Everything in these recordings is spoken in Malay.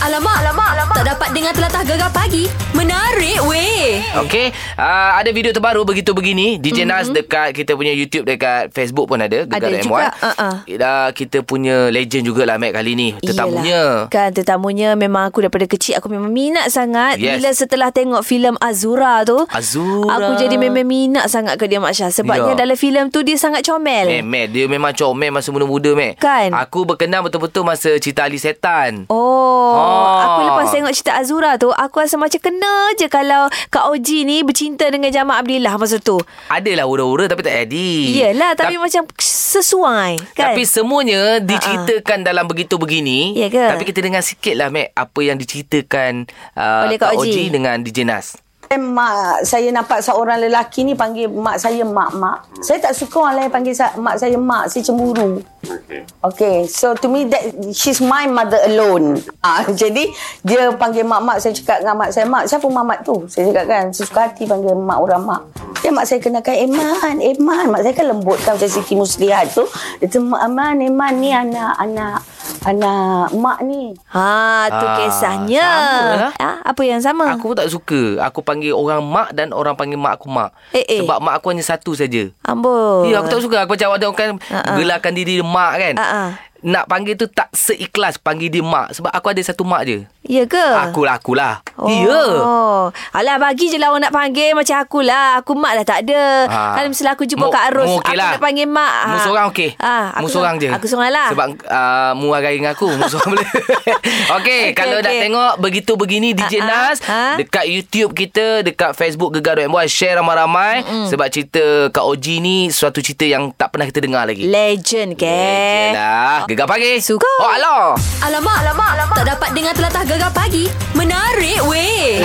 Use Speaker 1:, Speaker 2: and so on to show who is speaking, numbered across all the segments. Speaker 1: Alamak, alamak, alamak. Tak dapat dengar telatah gegar pagi. Menarik weh.
Speaker 2: Okey, uh, ada video terbaru begitu begini DJ mm-hmm. Nas dekat kita punya YouTube dekat Facebook pun ada Gegar
Speaker 3: Mhm. Ada
Speaker 2: M1.
Speaker 3: juga, uh-uh.
Speaker 2: Kita, kita punya legend jugalah Mac kali ni tetamunya.
Speaker 3: Iyalah. Kan tetamunya memang aku daripada kecil aku memang minat sangat.
Speaker 2: Yes.
Speaker 3: Bila setelah tengok filem Azura tu.
Speaker 2: Azura.
Speaker 3: Aku jadi memang minat sangat ke dia Mak Syah. Sebabnya
Speaker 2: Ya.
Speaker 3: dalam filem tu dia sangat
Speaker 2: Mac,
Speaker 3: comel.
Speaker 2: Eh, Mac, dia memang comel masa muda-muda Mac.
Speaker 3: Kan?
Speaker 2: Aku berkenal betul-betul masa cerita Ali Setan.
Speaker 3: Oh,
Speaker 2: Ah.
Speaker 3: aku lepas tengok cerita Azura tu, aku rasa macam kena je kalau Kak Oji ni bercinta dengan Jamal Abdillah masa tu.
Speaker 2: Adalah hura-hura tapi tak jadi.
Speaker 3: Yelah, tapi
Speaker 2: Ta-
Speaker 3: macam sesuai kan?
Speaker 2: Tapi semuanya diceritakan uh-uh. dalam begitu begini.
Speaker 3: Ya ke?
Speaker 2: Tapi kita dengar sikit lah Mac apa yang diceritakan uh,
Speaker 3: Oleh Kak Oji.
Speaker 2: dengan DJ Nas.
Speaker 4: Mak saya nampak seorang lelaki ni panggil mak saya mak-mak. Saya tak suka orang lain panggil sa- mak saya mak. Saya cemburu.
Speaker 5: Okay.
Speaker 4: Okay, so to me that she's my mother alone. Ah, jadi dia panggil mak-mak saya cakap dengan mak saya, mak siapa mamat tu? Saya cakap kan, saya suka hati panggil mak orang mak. Dia mak saya kenakan Eman, Eman. Mak saya kan lembut kan macam Siti Muslihat tu. Dia tu Eman, Eman ni anak anak anak mak ni.
Speaker 3: Ha, tu
Speaker 2: Ah,
Speaker 3: kisahnya.
Speaker 2: sama lah.
Speaker 3: Ha, apa yang sama?
Speaker 2: Aku pun tak suka Aku panggil orang mak Dan orang panggil mak aku mak
Speaker 3: Eh, eh. Oh.
Speaker 2: Sebab mak aku hanya satu saja
Speaker 3: Amboi.
Speaker 2: Ya aku tak suka Aku macam ada orang kan
Speaker 3: Ah, ah.
Speaker 2: Gelarkan diri dia mak kan
Speaker 3: Ah, ah.
Speaker 2: Nak panggil tu tak seikhlas Panggil dia mak Sebab aku ada satu mak je
Speaker 3: Ya ke?
Speaker 2: Akulah akulah Ya
Speaker 3: Oh. Alah bagi je lah orang nak panggil macam akulah. Aku mak dah tak ada. Ha.
Speaker 2: Ah.
Speaker 3: Kalau misalnya aku jumpa
Speaker 2: Mu-
Speaker 3: Kak Ros,
Speaker 2: mu
Speaker 3: okay aku
Speaker 2: lah.
Speaker 3: nak panggil mak.
Speaker 2: Mu
Speaker 3: Ah.
Speaker 2: seorang okey.
Speaker 3: Ah,
Speaker 2: mu seorang je.
Speaker 3: Aku seorang lah.
Speaker 2: Sebab uh, mu agai dengan aku, mu seorang boleh. okey, okay,
Speaker 3: Okey,
Speaker 2: kalau okay. nak
Speaker 3: okey.
Speaker 2: tengok begitu begini DJ
Speaker 3: Ah, ah,
Speaker 2: Nas
Speaker 3: ah.
Speaker 2: dekat YouTube kita, dekat Facebook Gegar Boy share ramai-ramai mm-hmm. sebab cerita Kak Oji ni suatu cerita yang tak pernah kita dengar lagi.
Speaker 3: Legend ke?
Speaker 2: Legend lah. Gegar pagi.
Speaker 3: Suka.
Speaker 2: Oh Allah.
Speaker 1: Alamak, alamak, alamak. Tak dapat dengar telatah gegar pagi. Menarik weh.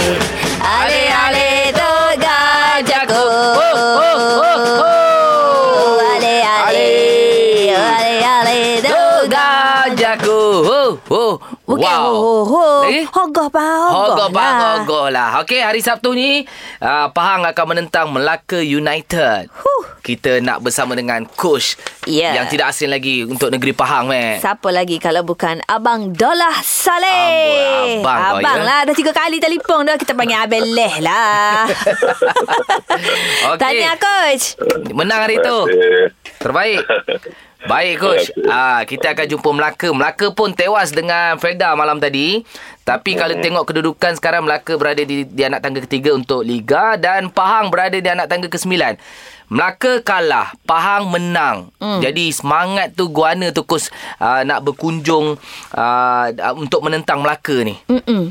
Speaker 3: Ale ale to gajaku.
Speaker 2: Oh, oh, oh, oh.
Speaker 3: Ale ale. Oh, Ale ale to
Speaker 2: Gegar jago. Oh, oh.
Speaker 3: Bukan ho
Speaker 2: wow.
Speaker 3: ho ho.
Speaker 2: Lagi?
Speaker 3: Hogoh pa hogoh.
Speaker 2: Hogoh Pahang
Speaker 3: lah.
Speaker 2: Hogoh lah Okey hari Sabtu ni uh, Pahang akan menentang Melaka United
Speaker 3: Huh.
Speaker 2: Kita nak bersama dengan coach
Speaker 3: Ya.
Speaker 2: Yang tidak asing lagi Untuk negeri Pahang meh.
Speaker 3: Siapa lagi kalau bukan Abang Dolah
Speaker 2: Amboi,
Speaker 3: Saleh.
Speaker 2: abang kau,
Speaker 3: abang
Speaker 2: ya?
Speaker 3: lah. Dah tiga kali telefon dah. Kita panggil Abang Leh lah.
Speaker 2: Okey.
Speaker 3: Tahniah Coach.
Speaker 2: Menang hari tu
Speaker 5: Eh,
Speaker 2: Terbaik Baik coach ah, Kita akan jumpa Melaka Melaka pun tewas dengan Felda malam tadi Tapi kalau tengok kedudukan sekarang Melaka berada di, di anak tangga ketiga untuk Liga Dan Pahang berada di anak tangga kesembilan Melaka kalah Pahang menang mm. Jadi semangat tu Guana tu coach ah, Nak berkunjung ah, Untuk menentang Melaka ni
Speaker 3: Mm-mm.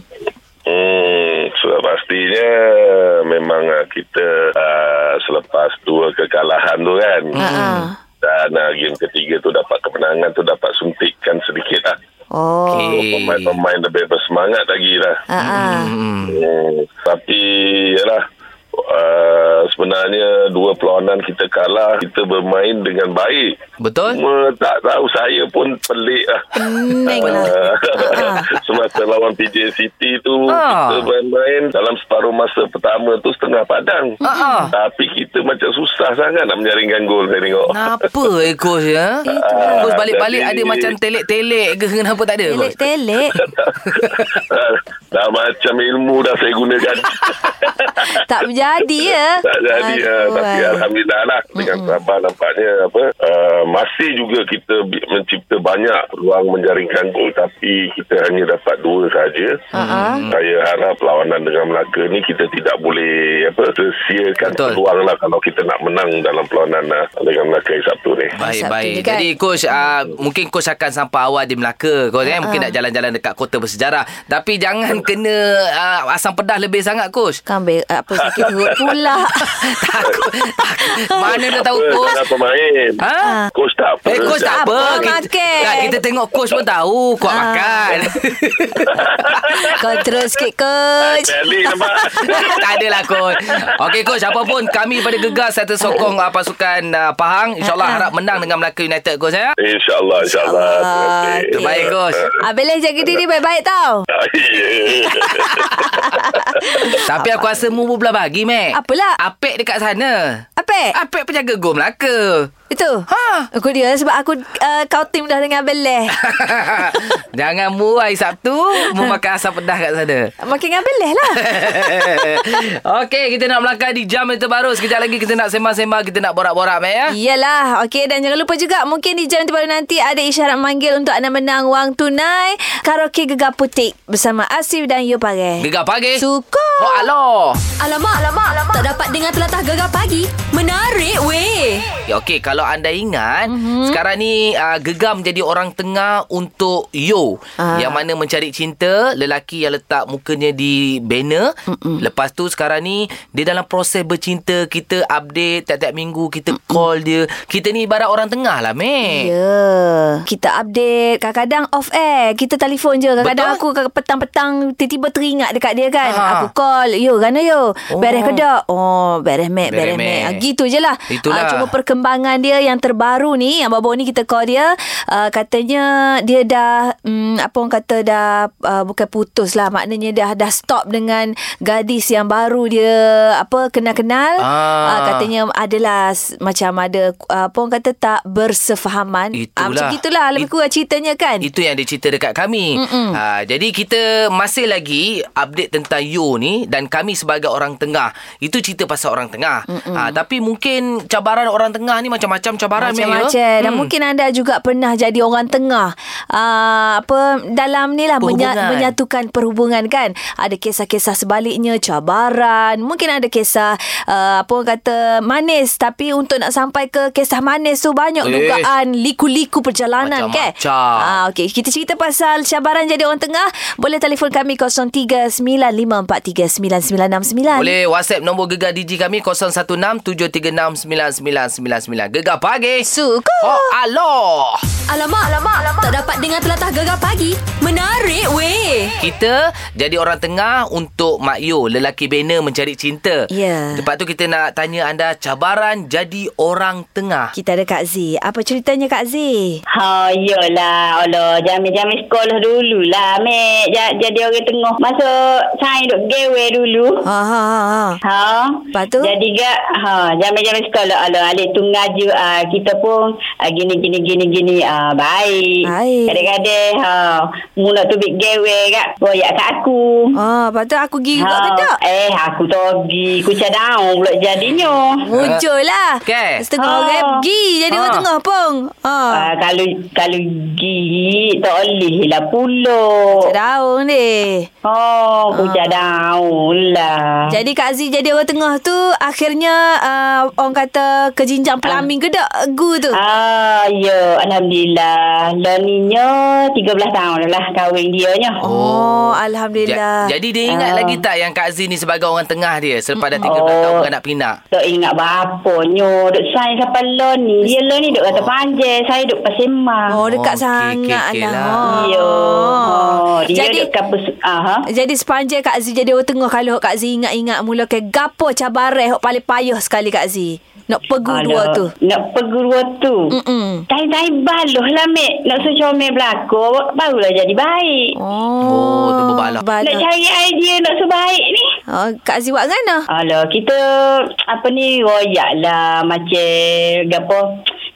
Speaker 5: Hmm, sudah pastinya memang ah, kita ah, selepas dua kekalahan tu kan.
Speaker 3: Mm-mm.
Speaker 5: Dan ah, game ketiga tu dapat kemenangan tu dapat suntikkan sedikit lah.
Speaker 3: Oh.
Speaker 2: Okey. Eh.
Speaker 5: Pemain-pemain lebih bersemangat lagi lah.
Speaker 3: Ah, ah.
Speaker 2: hmm.
Speaker 5: Hmm, tapi yalah ah, sebenarnya dua perlawanan kita kalah, kita bermain dengan baik.
Speaker 2: Betul?
Speaker 5: Cuma tak tahu saya pun pelik lah.
Speaker 3: Pening lah.
Speaker 5: Ah. Semasa lawan PJ City tu
Speaker 2: Ah.
Speaker 5: Kita main-main Dalam separuh masa pertama tu Setengah padang
Speaker 2: Ah, ah.
Speaker 5: Tapi kita macam susah sangat Nak menjaringkan gol Saya tengok
Speaker 2: Kenapa eh coach ya?
Speaker 5: Ah,
Speaker 2: Coach balik-balik
Speaker 5: jadi-
Speaker 2: ada macam telek-telek ke kenapa tak ada coach?
Speaker 3: Telek-telek.
Speaker 5: Dah macam ilmu Dah saya gunakan
Speaker 3: tak berjadi ya.
Speaker 5: Tak jadi ah.
Speaker 3: Aduh,
Speaker 5: Tapi
Speaker 3: ah.
Speaker 5: Alhamdulillah lah Dengan sabar nampaknya apa ah, Masih juga kita bi- Mencipta banyak Ruang menjaringkan gol Tapi kita hanya dapat dua saja
Speaker 3: Ah, ah.
Speaker 5: Saya harap lawanan dengan Melaka ni kita tidak boleh apa tersiakan
Speaker 2: Betul.
Speaker 5: peluang lah kalau kita nak menang dalam perlawanan ah, dengan Melaka hari Sabtu ni.
Speaker 2: Baik
Speaker 3: Sabtu
Speaker 2: baik.
Speaker 3: ni kan?
Speaker 2: Jadi coach uh, mungkin coach akan sampai awal di Melaka. Coach eh
Speaker 3: Ah.
Speaker 2: mungkin nak jalan-jalan dekat kota bersejarah. Tapi jangan kena uh, asam pedas lebih sangat coach.
Speaker 3: Kambing ah, apa sakit perut pula.
Speaker 2: Takut. takut. Mana dah tahu
Speaker 5: Apa,
Speaker 2: coach?
Speaker 5: tak pemain.
Speaker 2: Ha?
Speaker 5: Coach tak apa.
Speaker 2: Eh coach tak
Speaker 3: Tak
Speaker 2: apa.
Speaker 3: apa,
Speaker 2: Kita,
Speaker 3: makan.
Speaker 2: tak, kita tengok coach pun tahu kuat
Speaker 3: Ah.
Speaker 2: makan.
Speaker 3: Kontrol sikit coach.
Speaker 5: Jadi nampak.
Speaker 2: tak adalah coach. Okey coach apa pun kami pada gegar serta sokong uh, pasukan uh, Pahang insyaallah
Speaker 3: Ah,
Speaker 2: harap menang dengan Melaka United coach ya.
Speaker 5: InsyaAllah, insyaAllah. Terima
Speaker 3: Ah,
Speaker 5: kasih.
Speaker 3: okey.
Speaker 2: Terbaik coach.
Speaker 3: Abang Leh jaga diri baik-baik tau.
Speaker 5: Ah, ya.
Speaker 2: Tapi aku rasa mu pun belah bagi, Mac.
Speaker 3: Apalah? Eh.
Speaker 2: Apek dekat sana.
Speaker 3: Apa?
Speaker 2: Apek penjaga gom Melaka.
Speaker 3: Itu.
Speaker 2: Ha.
Speaker 3: Aku dia sebab aku uh, kau tim dah dengan beleh.
Speaker 2: Jangan mu hari Sabtu mu makan asam pedas kat sana.
Speaker 3: Makin dengan beleh lah.
Speaker 2: Okey, kita nak melangkah di jam yang terbaru. Sekejap lagi kita nak sembang-sembang, kita nak borak-borak, Mac ya.
Speaker 3: Iyalah. Okey dan jangan lupa juga mungkin di jam terbaru nanti ada isyarat manggil untuk anda menang wang tunai karaoke gegar putik bersama Asif dan Yo Pare.
Speaker 2: Gegar pagi.
Speaker 3: Suka.
Speaker 2: Oh, aloh.
Speaker 1: Alamak, alamak, alamak. Tak dapat dengar telatah gegar pagi. Menarik weh.
Speaker 2: Ya, okey. Kalau anda ingat, mm-hmm. sekarang ni uh, gegar menjadi orang tengah untuk yo.
Speaker 3: Ah.
Speaker 2: Yang mana mencari cinta, lelaki yang letak mukanya di banner. Mm-mm. Lepas tu sekarang ni, dia dalam proses bercinta. Kita update tiap-tiap minggu, kita Mm-mm. call dia. Kita ni ibarat orang tengah lah,
Speaker 3: Ya.
Speaker 2: meh.
Speaker 3: Yeah. Kita update. Kadang-kadang off air. Kita telefon je. Kadang-kadang aku ke- petang-petang tiba-tiba teringat dekat dia kan.
Speaker 2: Ha.
Speaker 3: Ha. Aku call. Yo, gana yo. Oh.
Speaker 2: Oh.
Speaker 3: Beres ke tak? Oh, beres mek,
Speaker 2: Beres,
Speaker 3: beres
Speaker 2: Mek.
Speaker 3: mek. Ah, gitu je lah.
Speaker 2: Itulah.
Speaker 3: Ah, cuma perkembangan dia yang terbaru ni. Yang baru ni kita call dia. Uh, katanya dia dah, um, apa orang kata dah uh, bukan putus lah. Maknanya dah dah stop dengan gadis yang baru dia apa kenal-kenal. Ah,
Speaker 2: Ah.
Speaker 3: katanya adalah s- macam ada uh, apa orang kata tak bersefahaman.
Speaker 2: Itulah.
Speaker 3: Ah, macam gitulah lebih
Speaker 2: It-
Speaker 3: kurang ceritanya kan.
Speaker 2: Itu yang dia cerita dekat kami. Ha, jadi kita masih lagi update tentang you ni dan kami sebagai orang tengah. Itu cerita pasal orang tengah. Ha, tapi mungkin cabaran orang tengah ni macam-macam cabaran Mel,
Speaker 3: Macam-macam
Speaker 2: ya?
Speaker 3: Dan mungkin anda juga pernah jadi orang tengah uh, apa Dalam ni lah menya,
Speaker 2: Perhubungan.
Speaker 3: Menyatukan perhubungan kan Ada kisah-kisah sebaliknya Cabaran Mungkin ada kisah uh, Apa orang kata Manis Tapi untuk nak sampai ke Kisah manis tu Banyak
Speaker 2: Eh.
Speaker 3: dugaan Liku-liku perjalanan kan
Speaker 2: Macam-macam.
Speaker 3: Ah, okay. Kita cerita pasal Cabaran jadi orang tengah Boleh telefon kami 0395439969
Speaker 2: Hmm. Boleh WhatsApp nombor gegar DJ kami 0167369999. Gegar pagi.
Speaker 3: Suka
Speaker 2: Oh, aloh.
Speaker 1: Alamak, alamak, alamak. Tak dapat dengar telatah gegar pagi. Menarik weh.
Speaker 2: Kita jadi orang tengah untuk Mak Yo, lelaki bina mencari cinta.
Speaker 3: Ya.
Speaker 2: Lepas tu kita nak tanya anda cabaran jadi orang tengah.
Speaker 3: Kita ada Kak Z Apa ceritanya Kak Z?
Speaker 6: Ha, iyalah. Allah, jamin-jamin sekolah dululah, Mek. Ja, jadi orang tengah. Masa saya duduk gawe dulu.
Speaker 3: Ha ha ha. ha.
Speaker 6: Ha.
Speaker 3: Lepas tu?
Speaker 6: Jadi ga, ha, jamin-jamin sekolah. Allah, alik tu ngaji uh, kita pun uh, gini, gini, gini, gini. Uh, baik.
Speaker 3: Baik.
Speaker 6: Kadang-kadang, ha, mula tu bik gawe kat, boyak kat aku.
Speaker 3: Ah, lepas tu aku pergi
Speaker 7: Ha.
Speaker 3: juga ke tak?
Speaker 6: eh, aku togi. Kucah daun pula jadinya.
Speaker 3: Muncul lah.
Speaker 2: Okey.
Speaker 3: Setengah
Speaker 6: Ah.
Speaker 3: orang pergi jadi orang
Speaker 2: Ah.
Speaker 3: tengah pong. Ha.
Speaker 6: Uh, kalau kalau gigi tak boleh lah pulak.
Speaker 3: Daun ni.
Speaker 6: Oh,
Speaker 3: Ah.
Speaker 6: hujan daun lah.
Speaker 3: Jadi Kak Z jadi orang tengah tu akhirnya uh, orang kata ke jinjang pelamin ke tak gu tu?
Speaker 7: Ha.
Speaker 6: Ah, ya. Alhamdulillah. Laninya 13 tahun dah lah kahwin dia nya.
Speaker 3: Oh,
Speaker 2: Ja-
Speaker 3: alhamdulillah.
Speaker 2: jadi dia ingat
Speaker 6: Ah.
Speaker 2: lagi tak yang Kak Z ni sebagai orang tengah dia selepas dah 13
Speaker 6: Oh.
Speaker 2: tahun beranak pinak?
Speaker 6: Tak ingat berapa nyo. Duk saya sampai Loni. Dia Loni duk kata panjang. Saya duk Pasemang.
Speaker 3: oh, dekat
Speaker 2: Oh, okey,
Speaker 3: sangat
Speaker 2: okey,
Speaker 3: okay,
Speaker 2: okey
Speaker 3: lah.
Speaker 2: lah.
Speaker 3: Ha.
Speaker 6: Ya. Oh, dia
Speaker 3: jadi
Speaker 6: duk ah, kapus. Aha.
Speaker 3: jadi sepanjang Kak Z jadi orang tengah kalau Kak Z ingat-ingat mula ke gapo cabaran hok paling payah sekali Kak Z. Nak pegu
Speaker 6: Alah,
Speaker 3: dua tu. Mm.
Speaker 6: Nak pergi dua tu.
Speaker 3: Mm-mm.
Speaker 6: Tai-tai baluh lah, Mek. Nak suruh comel belakang, barulah jadi baik.
Speaker 2: Oh, tu berbalah.
Speaker 6: Nak cari idea nak sebaik ni.
Speaker 3: Oh, Kak Z buat kan
Speaker 6: Alah, kita apa ni royak lah macam apa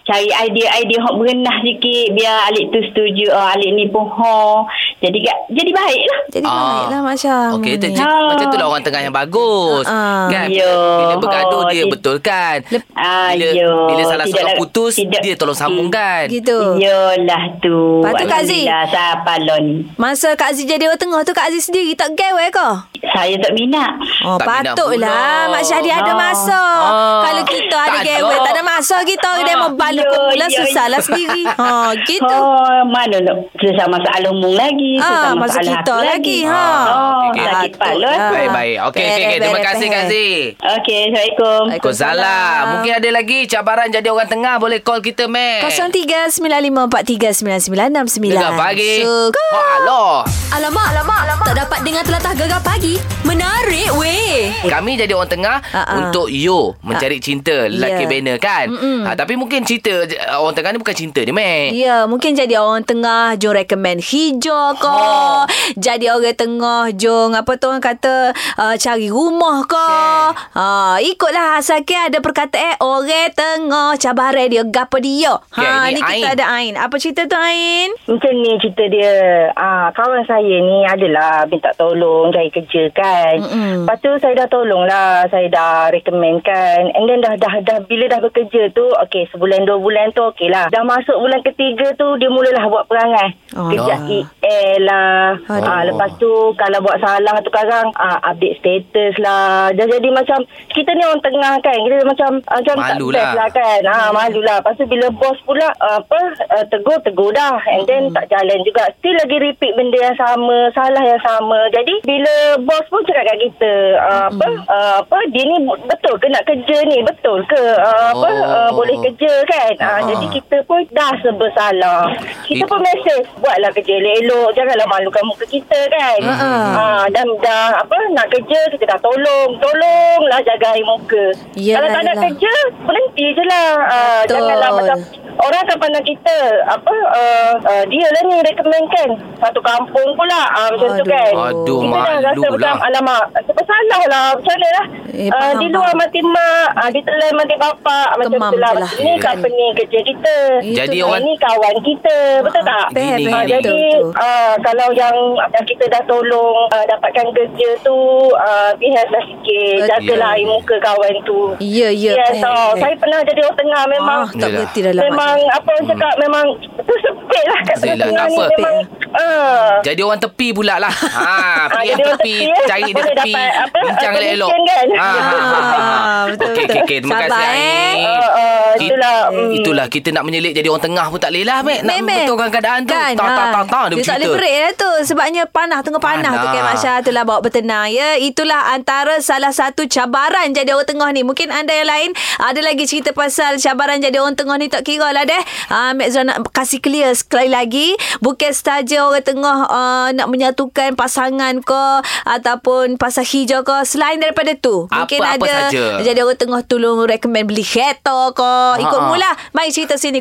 Speaker 6: cari idea-idea hok berenah sikit biar Alik tu setuju oh, Alik ni pun ho jadi ga- jadi baik lah
Speaker 3: Jadi
Speaker 2: Ah.
Speaker 3: baiklah macam
Speaker 2: Okey, tu,
Speaker 3: ni.
Speaker 2: cik,
Speaker 6: Ah.
Speaker 2: macam tu lah orang tengah yang bagus.
Speaker 3: Ah.
Speaker 2: Kan?
Speaker 6: Ya.
Speaker 2: Bila bergaduh
Speaker 6: Oh,
Speaker 2: dia
Speaker 6: dia-
Speaker 2: betul kan?
Speaker 3: Lep-
Speaker 6: Ah,
Speaker 2: Bila,
Speaker 6: ya.
Speaker 2: bila salah
Speaker 6: Tidak
Speaker 2: seorang
Speaker 6: lah-
Speaker 2: putus,
Speaker 6: tidak.
Speaker 2: dia tolong kan? sambungkan.
Speaker 3: Gitu.
Speaker 6: Yalah tu.
Speaker 3: Lepas tu, Kak Zee.
Speaker 6: Alhamdulillah, siapa lah ni.
Speaker 3: Masa Kak Aziz jadi orang tengah tu Kak Aziz sendiri tak geweh ke?
Speaker 6: Saya tak minat.
Speaker 3: Oh,
Speaker 2: Tak minat
Speaker 3: patutlah
Speaker 2: pula.
Speaker 3: Mak Syahdi ada
Speaker 6: Ah.
Speaker 3: masa.
Speaker 2: Ah.
Speaker 3: Kalau kita
Speaker 2: Tak
Speaker 3: ada geweh,
Speaker 2: ada.
Speaker 3: tak ada masa kita
Speaker 6: Ah.
Speaker 3: dia mau balik ke
Speaker 6: Ya,
Speaker 3: mula
Speaker 6: ya,
Speaker 3: susahlah
Speaker 6: ya.
Speaker 3: sendiri. Ha, gitu.
Speaker 6: Oh, mana nak sesama masalah umum lagi.
Speaker 3: Ah,
Speaker 6: sesama
Speaker 3: masa
Speaker 6: masalah
Speaker 3: kita
Speaker 6: aku
Speaker 3: lagi. Ha. lah.
Speaker 6: Oh,
Speaker 2: Okey, okey.
Speaker 6: sakit kepala.
Speaker 3: Patutlah.
Speaker 2: Baik-baik. Okey, okey, okey. Terima
Speaker 3: Beres,
Speaker 2: kasih Kak Z.
Speaker 3: beres.
Speaker 6: Okey, Assalamualaikum.
Speaker 2: Waalaikumsalam. Mungkin ada lagi cabaran jadi orang tengah. Boleh call kita, Mac.
Speaker 3: 0395439969.
Speaker 2: Eh. Gegar pagi.
Speaker 3: Suka.
Speaker 2: Oh, aloh.
Speaker 1: Alamak, alamak, alamak. Tak dapat dengar telatah gegar pagi. Menarik weh.
Speaker 2: Kami jadi orang tengah
Speaker 3: Ha-ha.
Speaker 2: uh-uh. untuk you mencari uh. cinta lelaki
Speaker 3: Ya.
Speaker 2: yeah. banner kan. Ha, tapi mungkin cinta je- orang tengah ni bukan cinta dia, meh.
Speaker 3: Ya, mungkin jadi orang tengah jom recommend hijau ke.
Speaker 2: Ha.
Speaker 3: Jadi orang tengah jom apa tu orang kata uh, cari rumah ke. Ha, ikutlah asalkan ada perkataan eh, orang tengah cabaran dia gapo dia. Ha,
Speaker 2: Okey,
Speaker 3: okay,
Speaker 2: ni
Speaker 3: ni, kita
Speaker 2: Ain.
Speaker 3: ada Ain. Apa cerita tu Ain?
Speaker 7: Macam ni cerita dia. Ah, kawan saya ni adalah minta tolong cari kerja kan.
Speaker 3: Mm-mm.
Speaker 7: Lepas tu saya dah tolong lah. Saya dah recommend kan. And then dah, dah, dah bila dah bekerja tu. Okay sebulan dua bulan tu okey lah. Dah masuk bulan ketiga tu dia mulalah buat perangai.
Speaker 3: Oh.
Speaker 7: Oh. Kejap EL lah.
Speaker 3: Aduh.
Speaker 7: Ah, lepas tu kalau buat salah tu kadang ah, update status lah. Dah jadi macam kita ni orang tengah kan. Kita macam ah, macam tak
Speaker 2: Malu
Speaker 7: best
Speaker 2: lah.
Speaker 7: lah kan kan ha, malu lah lepas tu bila bos pula uh, apa uh, tegur tegur dah and
Speaker 2: Hmm.
Speaker 7: then tak jalan juga still lagi repeat benda yang sama salah yang sama jadi bila bos pun cakap kat kita
Speaker 2: Hmm.
Speaker 7: uh, apa uh, apa dia ni bu- betul ke nak kerja ni betul ke uh, apa
Speaker 2: Oh.
Speaker 7: uh, boleh kerja kan uh,
Speaker 2: Ah.
Speaker 7: jadi kita pun dah serba salah kita
Speaker 2: It-
Speaker 7: pun mesej buatlah kerja elok-elok janganlah malukan muka kita kan uh, dan dah apa nak kerja kita dah tolong tolonglah jaga air muka
Speaker 3: Yelah,
Speaker 7: kalau tak nak
Speaker 3: yelah.
Speaker 7: kerja je berhenti je lah uh,
Speaker 3: Betul.
Speaker 7: janganlah macam orang akan pandang kita apa uh, uh, dia lah ni recommend kan satu kampung pula uh, macam tu
Speaker 3: Aduh.
Speaker 7: kan
Speaker 2: Aduh,
Speaker 7: kita dah rasa
Speaker 2: malu
Speaker 7: macam
Speaker 2: lah.
Speaker 7: alamak bersalah lah macam mana lah
Speaker 3: Eh,
Speaker 7: uh,
Speaker 3: faham,
Speaker 7: di luar
Speaker 3: faham.
Speaker 7: mati mak uh, di telan mati bapak macam
Speaker 3: Kemam
Speaker 7: tu lah
Speaker 3: je lah.
Speaker 7: Macam ni
Speaker 2: Betul.
Speaker 7: company kerja kita
Speaker 2: Jadi
Speaker 7: Ah,
Speaker 2: orang-
Speaker 7: ni kawan kita betul tak
Speaker 3: Faham,
Speaker 2: Gini,
Speaker 3: faham.
Speaker 7: Ah,
Speaker 2: gini.
Speaker 7: jadi
Speaker 3: Betul, betul.
Speaker 7: ah, kalau yang yang kita dah tolong ah, dapatkan kerja tu uh, behave lah sikit
Speaker 3: Betul.
Speaker 7: jagalah air muka kawan tu
Speaker 3: Ya, ya,
Speaker 7: yes, oh,
Speaker 3: faham, faham.
Speaker 7: saya pernah jadi orang tengah memang
Speaker 3: Ah, tak
Speaker 2: Yelah.
Speaker 3: berhenti dalam
Speaker 7: memang
Speaker 3: macam-
Speaker 7: apa orang cakap memang tu sepit lah kat
Speaker 2: Yelah,
Speaker 7: tengah
Speaker 2: tak
Speaker 7: ni
Speaker 2: Hmm. apa.
Speaker 7: memang ah,
Speaker 2: Jadi orang tepi pula lah. Ha, pergi
Speaker 7: jadi
Speaker 2: yang
Speaker 7: orang
Speaker 2: tepi,
Speaker 7: tepi, eh.
Speaker 2: cari di
Speaker 7: Boleh
Speaker 2: tepi,
Speaker 7: dapat apa,
Speaker 2: bincang
Speaker 7: attention
Speaker 2: elok-elok.
Speaker 7: kan?
Speaker 2: Ha, ha, ha,
Speaker 3: Ah,
Speaker 2: ha.
Speaker 3: betul, betul.
Speaker 2: Okey, okey, okey. Terima
Speaker 3: Sabar,
Speaker 2: kasih,
Speaker 3: eh.
Speaker 2: Ain.
Speaker 7: Ah,
Speaker 2: Oh.
Speaker 7: ah,
Speaker 2: Ki-
Speaker 7: itulah, mm.
Speaker 2: Itulah, kita nak menyelit jadi orang tengah pun tak boleh lah, Mek. Nak
Speaker 3: Memang.
Speaker 2: betulkan keadaan tu.
Speaker 3: Kan,
Speaker 2: Tak, tak,
Speaker 3: ha.
Speaker 2: tak, tak.
Speaker 3: Dia tak boleh break lah tu. Sebabnya panah tengah panah, tu
Speaker 2: Panah.
Speaker 3: kan Masya. Itulah bawa bertenang ya. Itulah antara salah satu cabaran jadi orang tengah ni. Mungkin anda yang lain ada lagi cerita pasal cabaran jadi orang tengah ni tak kira lah deh. Uh, Mek Zul nak kasih clear sekali lagi. Bukan saja orang tengah uh, nak menyatukan pasangan ke ataupun pasal hijau ke. Selain daripada tu. Mungkin
Speaker 2: Apa-apa
Speaker 3: ada
Speaker 2: saja.
Speaker 3: jadi orang tengah tolong recommend beli kereta ke. Ikut
Speaker 2: Ha-ha.
Speaker 3: mula. Mari cerita sini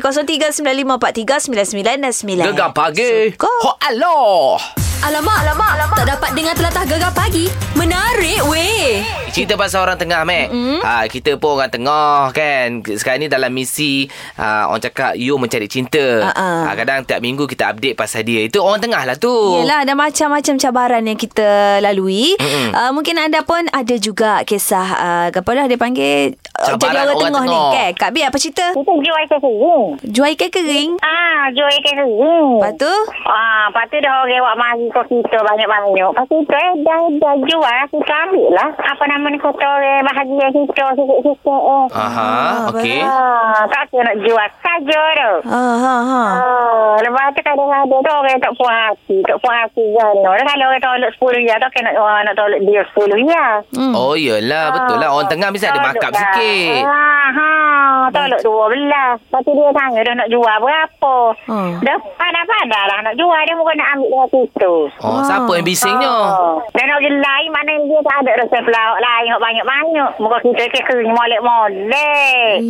Speaker 3: 0395439969.
Speaker 2: Gegar pagi.
Speaker 3: Suka.
Speaker 2: Ho, aloh.
Speaker 1: Alamak, alamak, alamak. Tak dapat dengar telatah gegar pagi. Menarik weh.
Speaker 2: Cerita pasal orang tengah, Mac. Mm-hmm. Ha, kita pun orang tengah, kan. Sekarang ni dalam misi, ha, orang cakap, you mencari cinta.
Speaker 3: Ha-ha.
Speaker 2: Ha, kadang tiap minggu kita update pasal dia. Itu orang tengah lah tu.
Speaker 3: Yelah, ada macam-macam cabaran yang kita lalui. Uh, mungkin anda pun ada juga kisah, uh, apa lah dia panggil, uh,
Speaker 2: Cabaran
Speaker 3: jadi orang,
Speaker 2: orang
Speaker 3: tengah,
Speaker 2: tengah.
Speaker 3: ni. Kan? Kak Bi, apa cerita?
Speaker 7: itu jual ikan kering
Speaker 3: Jual ikan kering.
Speaker 7: ah jual ikan kering
Speaker 3: Lepas tu,
Speaker 7: Ah, lepas tu dah orang awak mari ke kita banyak-banyak. Lepas tu eh, dah, dah jual, kita ambil lah. Apa nama ni kata orang bahagia kita, sikit-sikit eh.
Speaker 2: Aha, okey.
Speaker 7: Ah, tak kira nak jual saja tu.
Speaker 3: ha, ha, ha.
Speaker 7: Oh, lepas tu kadang-kadang tu orang tak puas hati. Tak puas hati kan. Orang kalau orang tolak 10 ya, tak kena orang nak tolak dia 10 ya.
Speaker 3: Hmm.
Speaker 2: Oh, yelah. Betul lah. Orang tengah mesti ada markup sikit.
Speaker 7: lah. Ah, ha, tolak 12. Lepas tu dia tanya dah nak jual berapa.
Speaker 3: Ah.
Speaker 7: Dah padah-padah lah nak jual. Dia bukan nak ambil dengan kita.
Speaker 2: Oh, siapa yang bisingnya?
Speaker 7: Oh. Dan orang lain mana dia tak ada rasa pelawak lain yang banyak-banyak. Muka kita ke kering molek-molek.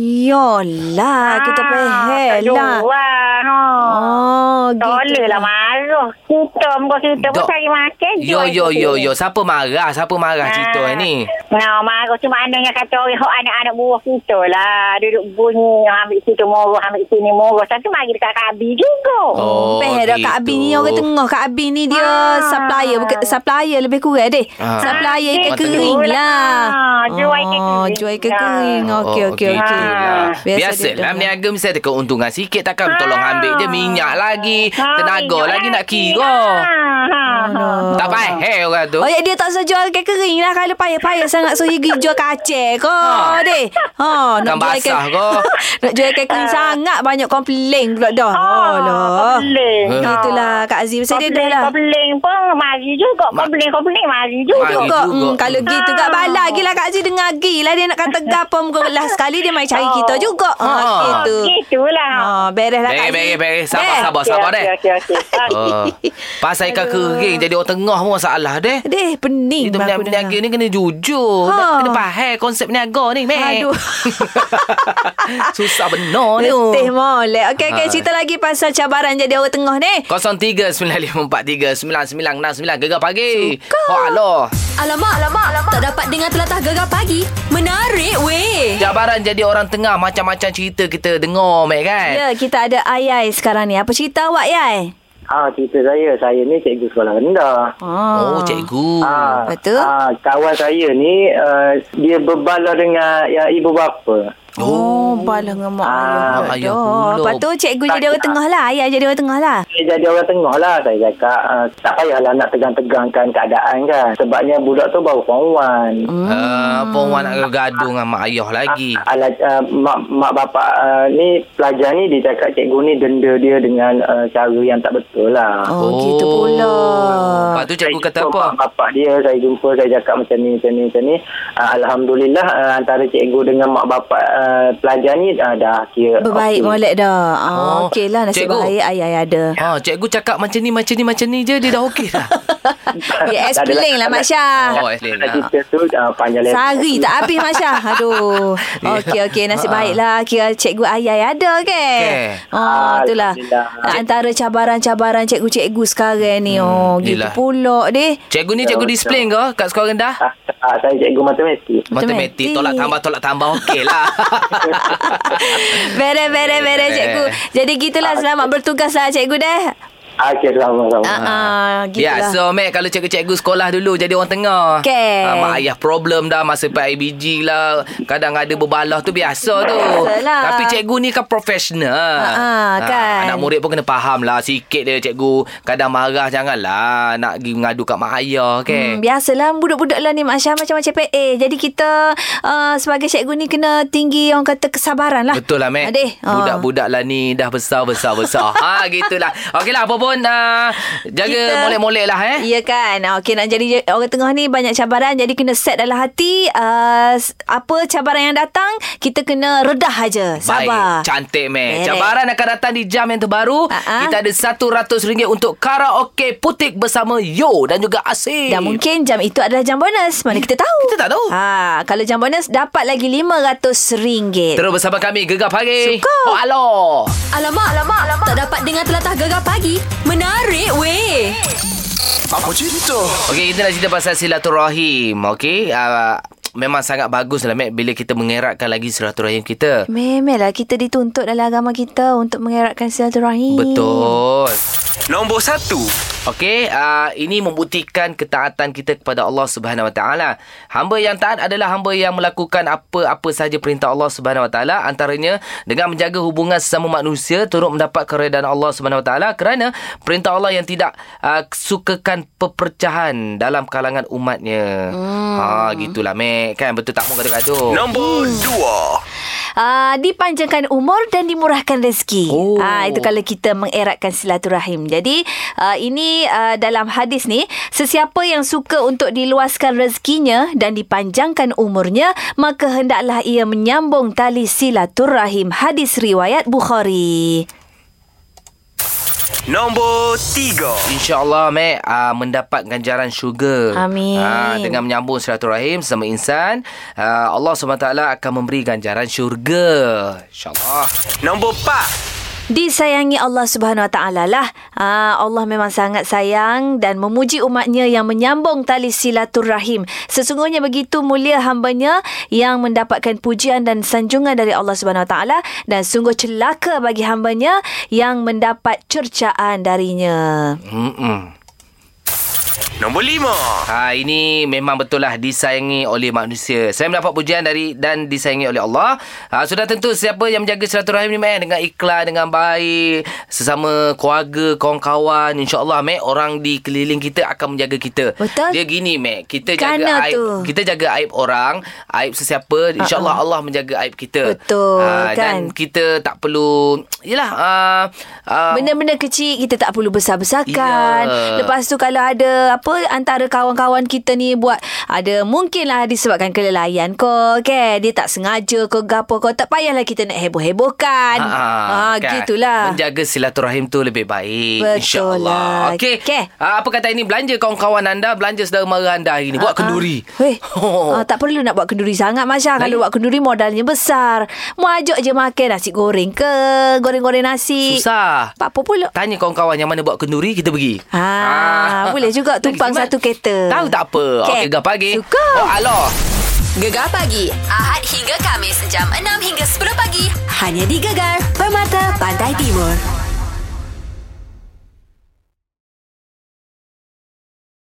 Speaker 7: Ah,
Speaker 3: Yolah, kita pahal lah.
Speaker 7: Jual. Ha.
Speaker 3: Oh,
Speaker 7: Toleh lah marah. Kita muka kita pun
Speaker 2: Dok.
Speaker 7: cari makan.
Speaker 2: Yo,
Speaker 7: jual
Speaker 2: yo,
Speaker 7: kita.
Speaker 2: yo, yo. Siapa marah? Siapa marah cerita
Speaker 7: Ah.
Speaker 2: ni?
Speaker 7: Nah, marah tu maknanya kata orang hok anak-anak buah kita lah. Duduk bunyi, ambil situ murah, ambil sini murah. Tapi mari dekat kabi juga.
Speaker 2: Oh,
Speaker 3: Peh dah Kak Abi ni orang tengah Kak Abi ni dia
Speaker 7: Ah.
Speaker 3: supplier bukan supplier lebih kurang deh.
Speaker 2: Ah.
Speaker 3: Supplier ikan
Speaker 2: Ah,
Speaker 3: kering
Speaker 7: betul.
Speaker 3: lah.
Speaker 7: Ah, jual ikan
Speaker 3: Oh,
Speaker 7: kering.
Speaker 3: Jual ikan
Speaker 7: Ah.
Speaker 3: kering. Okey
Speaker 2: Oh,
Speaker 3: okey
Speaker 2: okey,
Speaker 3: okey.
Speaker 2: itulah.
Speaker 3: Biasa dia
Speaker 2: Biasalah
Speaker 3: dengar.
Speaker 2: meniaga mesti ada keuntungan sikit takkan
Speaker 7: Ah.
Speaker 2: tolong ambil je minyak lagi,
Speaker 7: Ha,
Speaker 2: tenaga
Speaker 7: minyak
Speaker 2: lagi nak kira.
Speaker 7: Ah, ha, ha.
Speaker 2: Tak payah orang tu.
Speaker 3: Oh, ya dia tak sejual ikan kering lah Kalau payah-payah sangat So, dia pergi jual kacang ko
Speaker 2: Ah.
Speaker 3: deh Ha,
Speaker 2: Ikan basah ko.
Speaker 3: Nak jual ikan kering sangat Banyak komplain pula dah
Speaker 7: Oh,
Speaker 3: Alah
Speaker 7: boleh. lain.
Speaker 2: Ha.
Speaker 3: Itulah Kak Aziz Pasal dia dah
Speaker 7: Komplain,
Speaker 3: lah
Speaker 7: komplain pun mari juga. Komplain, komplain mari juga.
Speaker 2: Mari.
Speaker 3: Kak,
Speaker 2: juga.
Speaker 3: hmm, kalau gitu
Speaker 7: Ah.
Speaker 3: Kak bala lagi lah Kak Aziz dengar gi lah dia nak kata gapa muka lah sekali dia mai cari kita
Speaker 7: Ah.
Speaker 3: juga. Ha
Speaker 2: Ha.
Speaker 3: gitu.
Speaker 7: Gitulah.
Speaker 3: Ha beres lah Kak
Speaker 2: Beri,
Speaker 3: Aziz.
Speaker 2: beri, beri.
Speaker 3: Beres.
Speaker 2: Sabar, sabar,
Speaker 7: Okey,
Speaker 2: sabar
Speaker 7: okey,
Speaker 2: deh.
Speaker 7: Okey, okey. Okey.
Speaker 2: Oh. Pasal ikan kering jadi orang tengah pun masalah deh.
Speaker 3: Deh pening
Speaker 2: Itu
Speaker 3: aku
Speaker 2: peniaga,
Speaker 3: dengar.
Speaker 2: peniaga ni kena jujur.
Speaker 3: Ha.
Speaker 2: Ha. Kena faham konsep peniaga ni, meh.
Speaker 3: Aduh.
Speaker 2: Susah benar ni.
Speaker 3: Letih molek. Okey okey
Speaker 2: Ha.
Speaker 3: cerita lagi pasal cabaran jadi orang tengah ni.
Speaker 2: 0395439969 Gegar pagi. Oh Allah.
Speaker 1: Alamak, alamak, alamak. Tak dapat dengar telatah gegar pagi. Menarik weh.
Speaker 2: Cabaran jadi orang tengah macam-macam cerita kita dengar, meh kan.
Speaker 3: Ya, kita ada Ayai sekarang ni. Apa cerita awak, Yai?
Speaker 8: Ah, cerita saya, saya ni cikgu sekolah rendah.
Speaker 3: Ha.
Speaker 2: Oh, cikgu.
Speaker 8: Ah,
Speaker 3: Lepas tu?
Speaker 8: Ah, kawan saya ni uh, dia berbala dengan ya, ibu bapa.
Speaker 3: Oh, bala dengan mak
Speaker 8: Ah,
Speaker 2: mak
Speaker 3: ayah.
Speaker 2: ayah
Speaker 3: dah.
Speaker 2: pula.
Speaker 3: Lepas tu cikgu jadi orang tengah lah. Ayah jadi orang tengah lah.
Speaker 8: Dia jadi orang tengah lah saya cakap. Uh, tak payahlah nak tegang-tegangkan keadaan kan. Sebabnya budak tu baru form one.
Speaker 3: Oh.
Speaker 2: Ah, apa orang nak gaduh dengan mak ayah lagi.
Speaker 8: Ah, ala, uh, mak, mak bapak uh, ni pelajar ni dia cakap cikgu ni denda dia dengan uh, cara yang tak betul lah.
Speaker 3: Oh, gitu pula.
Speaker 2: Lepas tu cikgu
Speaker 8: Saya
Speaker 2: kata
Speaker 8: jumpa
Speaker 2: apa?
Speaker 8: mak Bapak dia, saya jumpa, saya cakap macam ni, macam ni, macam ni. Uh, Alhamdulillah uh, antara cikgu dengan mak bapak uh, pelajar ni uh, dah kira. okey.
Speaker 3: Berbaik molek dah. Ah,
Speaker 2: Oh,
Speaker 3: Okey lah, nasib
Speaker 2: cikgu.
Speaker 3: baik ayah ada.
Speaker 2: Ha, cikgu cakap macam ni, macam ni, macam ni je dia dah okey dah.
Speaker 3: Ya, explain lah, Mak Syah.
Speaker 2: Oh,
Speaker 8: Kita
Speaker 2: explain
Speaker 8: nah.
Speaker 2: lah.
Speaker 8: cerita tu uh, panjang
Speaker 3: Sari tak habis Mak Syah. Aduh.
Speaker 2: Ya.
Speaker 3: Okey, okey. Nasib
Speaker 2: Ha, ha.
Speaker 3: baiklah. Kira cikgu ayah ada ke?
Speaker 2: Okey.
Speaker 3: Oh, itulah.
Speaker 8: Alhamdulillah.
Speaker 3: Antara cabaran-cabaran cikgu-cikgu sekarang ni. Oh, gitu
Speaker 2: Hmm, Yelah.
Speaker 3: pula deh.
Speaker 2: Cikgu ni
Speaker 8: Ya,
Speaker 2: cikgu
Speaker 8: betul.
Speaker 2: disiplin ke kat sekolah rendah?
Speaker 8: Ah, ah, saya cikgu matematik.
Speaker 3: Matematik.
Speaker 2: Matematik tolak tambah tolak tambah okey lah.
Speaker 3: Beres, beres, beres,
Speaker 2: Beres.
Speaker 3: cikgu. Jadi gitulah,
Speaker 2: Ah,
Speaker 3: selamat bertugas lah, cikgu deh.
Speaker 8: Ah, okay, sama-sama.
Speaker 3: Ah, ah,
Speaker 2: ya,
Speaker 3: gitulah.
Speaker 2: so Mac kalau cikgu-cikgu sekolah dulu jadi orang tengah.
Speaker 3: Okey.
Speaker 2: Ah, mak ayah problem dah masa PIBG lah. Kadang ada berbalah tu biasa tu.
Speaker 3: Biasalah.
Speaker 2: Tapi cikgu ni kan profesional.
Speaker 3: ah, kan.
Speaker 2: Anak murid pun kena faham lah sikit dia cikgu. Kadang marah janganlah nak pergi mengadu kat mak ayah
Speaker 3: Hmm,
Speaker 2: okey.
Speaker 3: biasalah budak-budak lah ni Mak Syah macam-macam PA. Jadi kita uh, sebagai cikgu ni kena tinggi orang kata kesabaran lah.
Speaker 2: Betul lah, Mac.
Speaker 3: Adik. ah.
Speaker 2: Budak-budak lah ni dah besar-besar-besar. ha, gitulah. Okeylah, apa pun uh, jaga
Speaker 3: Kita-
Speaker 2: molek-molek lah eh.
Speaker 3: Ya kan Ah, Okey nak jadi orang tengah ni Banyak cabaran Jadi kena set dalam hati uh, s- Apa cabaran yang datang Kita kena redah aja Sabar
Speaker 2: Baik, cantik meh.
Speaker 3: Beres.
Speaker 2: Cabaran akan datang di jam yang terbaru.
Speaker 3: Ha-ha.
Speaker 2: Kita ada RM100 untuk karaoke putik bersama Yo dan juga Asif.
Speaker 3: Dan mungkin jam itu adalah jam bonus. Mana kita tahu?
Speaker 2: Kita tak tahu.
Speaker 3: Ha, kalau jam bonus dapat lagi RM500.
Speaker 2: Terus bersama kami Gegar Pagi.
Speaker 3: Suka.
Speaker 2: Oh, aloh.
Speaker 1: Alamak, alamak, alamak. Tak dapat dengar telatah gegar pagi. Menarik weh.
Speaker 9: Apa cerita?
Speaker 2: Okey, kita nak cerita pasal silaturahim. Okey, uh, memang sangat bagus lah Mac bila kita mengeratkan lagi silaturahim kita.
Speaker 3: Memanglah kita dituntut dalam agama kita untuk mengeratkan silaturahim.
Speaker 2: Betul.
Speaker 9: Nombor satu.
Speaker 2: Okey, uh, ini membuktikan ketaatan kita kepada Allah Subhanahu Wa Taala. Hamba yang taat adalah hamba yang melakukan apa-apa sahaja perintah Allah Subhanahu Wa Taala, antaranya dengan menjaga hubungan sesama manusia turut mendapat keredaan Allah Subhanahu Wa Taala kerana perintah Allah yang tidak uh, sukakan pepercahan dalam kalangan umatnya. Hmm. Ha gitulah mek kan betul tak mau gaduh-gaduh.
Speaker 9: Nombor dua.
Speaker 3: Uh, dipanjangkan umur dan dimurahkan rezeki.
Speaker 2: Oh.
Speaker 3: Ah, itu kalau kita mengeratkan silaturahim. Jadi uh, ini uh, dalam hadis ni, sesiapa yang suka untuk diluaskan rezekinya dan dipanjangkan umurnya, maka hendaklah ia menyambung tali silaturahim. Hadis riwayat Bukhari.
Speaker 9: Nombor tiga.
Speaker 2: InsyaAllah Mac uh, Mendapat ganjaran syurga
Speaker 3: Amin.
Speaker 2: Ah, Dengan menyambung silaturahim Sesama insan uh, Allah SWT akan memberi ganjaran syurga InsyaAllah
Speaker 9: Nombor empat.
Speaker 3: Disayangi Allah Subhanahu Wa Taala lah. Ah, Allah memang sangat sayang dan memuji umatnya yang menyambung tali silaturahim. Sesungguhnya begitu mulia hambanya yang mendapatkan pujian dan sanjungan dari Allah Subhanahu Wa Taala dan sungguh celaka bagi hambanya yang mendapat cercaan darinya.
Speaker 2: Mm-mm.
Speaker 9: Nombor lima.
Speaker 2: Ha, ini memang betul lah disayangi oleh manusia. Saya mendapat pujian dari dan disayangi oleh Allah. Ha, sudah tentu siapa yang menjaga silaturahim ni Mek, eh? dengan ikhlas, dengan baik, sesama keluarga, kawan-kawan, insya-Allah Mek orang di keliling kita akan menjaga kita.
Speaker 3: Betul.
Speaker 2: Dia gini Mek, kita
Speaker 3: Kerana
Speaker 2: jaga aib,
Speaker 3: tu.
Speaker 2: kita jaga aib orang, aib sesiapa, insya-Allah uh-uh. Allah menjaga aib kita. Ha,
Speaker 3: Betul,
Speaker 2: dan
Speaker 3: kan?
Speaker 2: kita tak perlu yalah uh, uh,
Speaker 3: Benda-benda kecil kita tak perlu besar-besarkan.
Speaker 2: Ya.
Speaker 3: Lepas tu kalau ada apa antara kawan-kawan kita ni buat ada mungkinlah disebabkan kelalaian kau kan. Dia tak sengaja kau gapo kau tak payahlah kita nak heboh-hebohkan.
Speaker 2: Ah,
Speaker 3: ha gitulah.
Speaker 2: Menjaga silaturahim tu lebih baik.
Speaker 3: Betul
Speaker 2: InsyaAllah.
Speaker 3: lah.
Speaker 2: Okey.
Speaker 3: Okey.
Speaker 2: Ah, apa kata ini? Belanja kawan-kawan anda, belanja saudara mara anda
Speaker 3: Ah,
Speaker 2: hari ini. Buat kenduri.
Speaker 3: Ha, Weh,
Speaker 2: Oh.
Speaker 3: ah, tak perlu nak buat kenduri sangat Masya. Kalau buat kenduri modalnya besar. Mu ajak je makan nasi goreng ke, goreng-goreng nasi.
Speaker 2: Susah.
Speaker 3: Apa pula?
Speaker 2: Tanya kawan-kawan yang mana buat kenduri, kita pergi.
Speaker 3: Ah, boleh juga tumpang
Speaker 2: Lagi
Speaker 3: satu kereta.
Speaker 2: Tahu tak apa.
Speaker 3: Okey.
Speaker 2: Okey, okay, pagi.
Speaker 3: Suka.
Speaker 2: Oh, aloh.
Speaker 1: Gegar pagi Ahad hingga Kamis jam 6 hingga 10 pagi hanya di Gegar Permata Pantai Timur.